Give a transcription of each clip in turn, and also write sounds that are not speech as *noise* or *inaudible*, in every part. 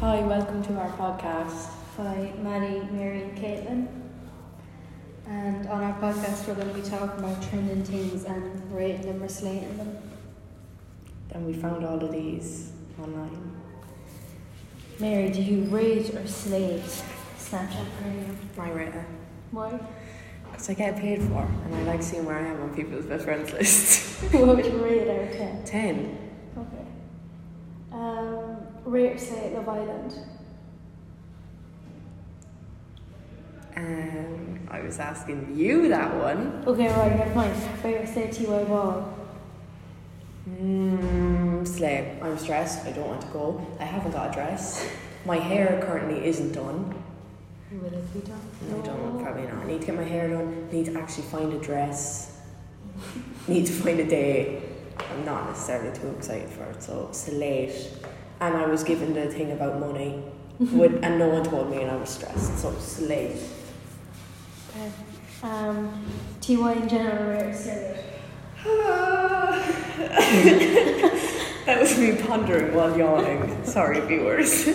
Hi, welcome to our podcast. Hi, Maddie, Mary, and Caitlin. And on our podcast, we're going to be talking about trending things and rating them or slating them. And we found all of these online. Mary, do you rate or slate Snapchat premium? My rater. Why? Because I get paid for and I like seeing where I am on people's best friends list. *laughs* *laughs* what would you rate out of 10? 10. Okay. Um, rate or slate Love Island? Um, I was asking you that one. Okay, right, never mind. Rate or slate TY Wall? Mmm, slay. I'm stressed. I don't want to go. I haven't got a dress. My hair currently isn't done. Will it be done? No, I don't, probably not. I need to get my hair done. Need to actually find a dress. *laughs* need to find a day. I'm not necessarily too excited for it, so it's late. And I was given the thing about money, with, and no one told me, and I was stressed, so it's late. Okay. Um, TY in general, rate or slate? *laughs* *laughs* that was me pondering while yawning. Sorry, viewers. um,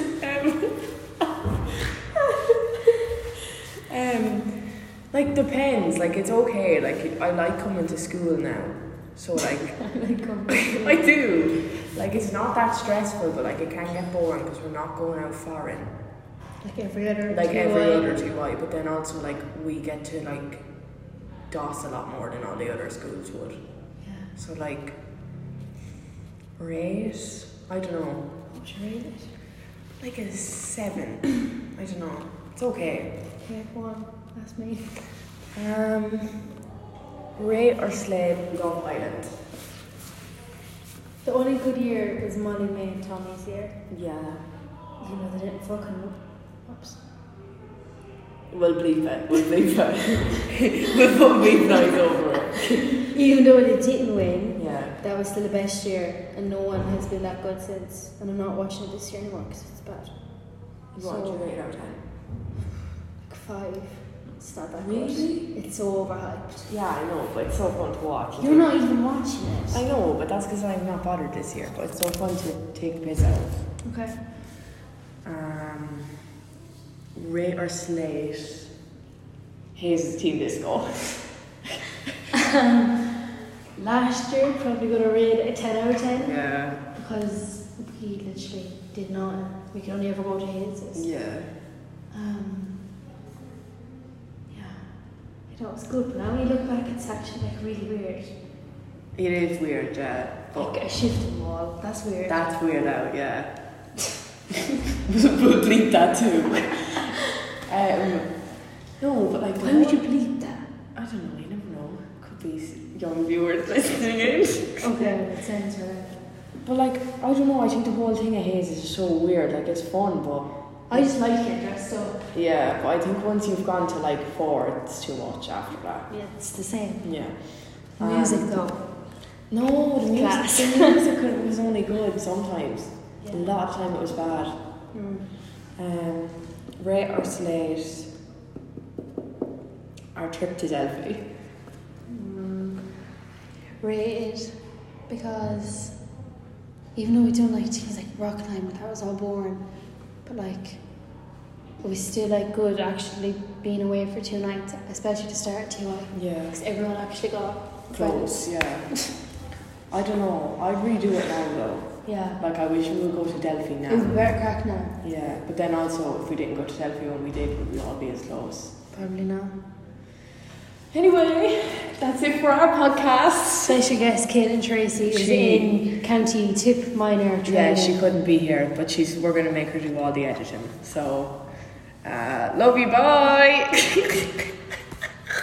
*laughs* um, like depends. Like it's okay. Like I like coming to school now, so like *laughs* like, um, *laughs* I do. Like it's not that stressful, but like it can get boring because we're not going out foreign. like every other Like TY. every other TY, but then also like we get to like DOS a lot more than all the other schools would. Yeah. So like race, I don't know, Would you rate it? like a seven. *clears throat* I don't know. It's okay. Okay, go on. That's me. Um, rate or slave Love Island. The only good year is Molly May and Tommy's year. Yeah. You know, they didn't fucking. Oops. We'll bleep it. We'll bleep it. *laughs* we'll put bleep night over it. Even though they didn't win, Yeah. that was still the best year, and no one has been that good since. And I'm not watching it this year anymore because it's bad. What would you So- rate out of ten? Like five. It's not that Really? good. It's so overhyped. Yeah, I know, but it's so fun to watch. You're not even watching it. I know, but that's because I'm not bothered this year. But it's so fun to take piss out. Okay. Um, Ray or Slate? Hayes' team disco. *laughs* Last year, probably gonna rate it a 10 out of 10 Yeah. because we literally did not. We could only ever go to Hayes'. Yeah. Um, yeah, I thought it was good, but now when you look back, it's actually like really weird. It is weird, yeah. But Like a shifting wall, that's weird. that's weird out, yeah. we'll bleep that too. Um, no, but like, Why would you bleep that? I don't know, I never know. Could be s- young viewers listening in. *laughs* Okay, it sounds right. But like, I don't know, I think the whole thing of Hayes is just so weird. Like, it's fun, but. I just like it dressed up. Yeah, but I think once you've gone to like four, it's too much after that. Yeah, it's the same. Yeah. The Um, music though. No, the Class. music, the music was only good sometimes. A Yeah. lot of time it was bad. Mm. Um, rate or slate our trip to Delphi. Mm. Rated because even though we don't like things like rock climbing, that was all boring. But like, it was still like good actually being away for two nights, especially to start at TY. Yeah. Because everyone actually got Close, yeah. *laughs* I don't know. I'd redo it now though. friends. Yeah. Like I wish we would go to Delphi It was now. better crack now. Yeah. But then also if we didn't go to Delphi when we did, would we all be as close? Probably not. Anyway, that's it for our podcast. Special guest Caitlin Tracy is She- in County Tip Minor training. Yeah, she couldn't be here, but she's we're gonna make her do all the editing. So uh, love you bye *laughs*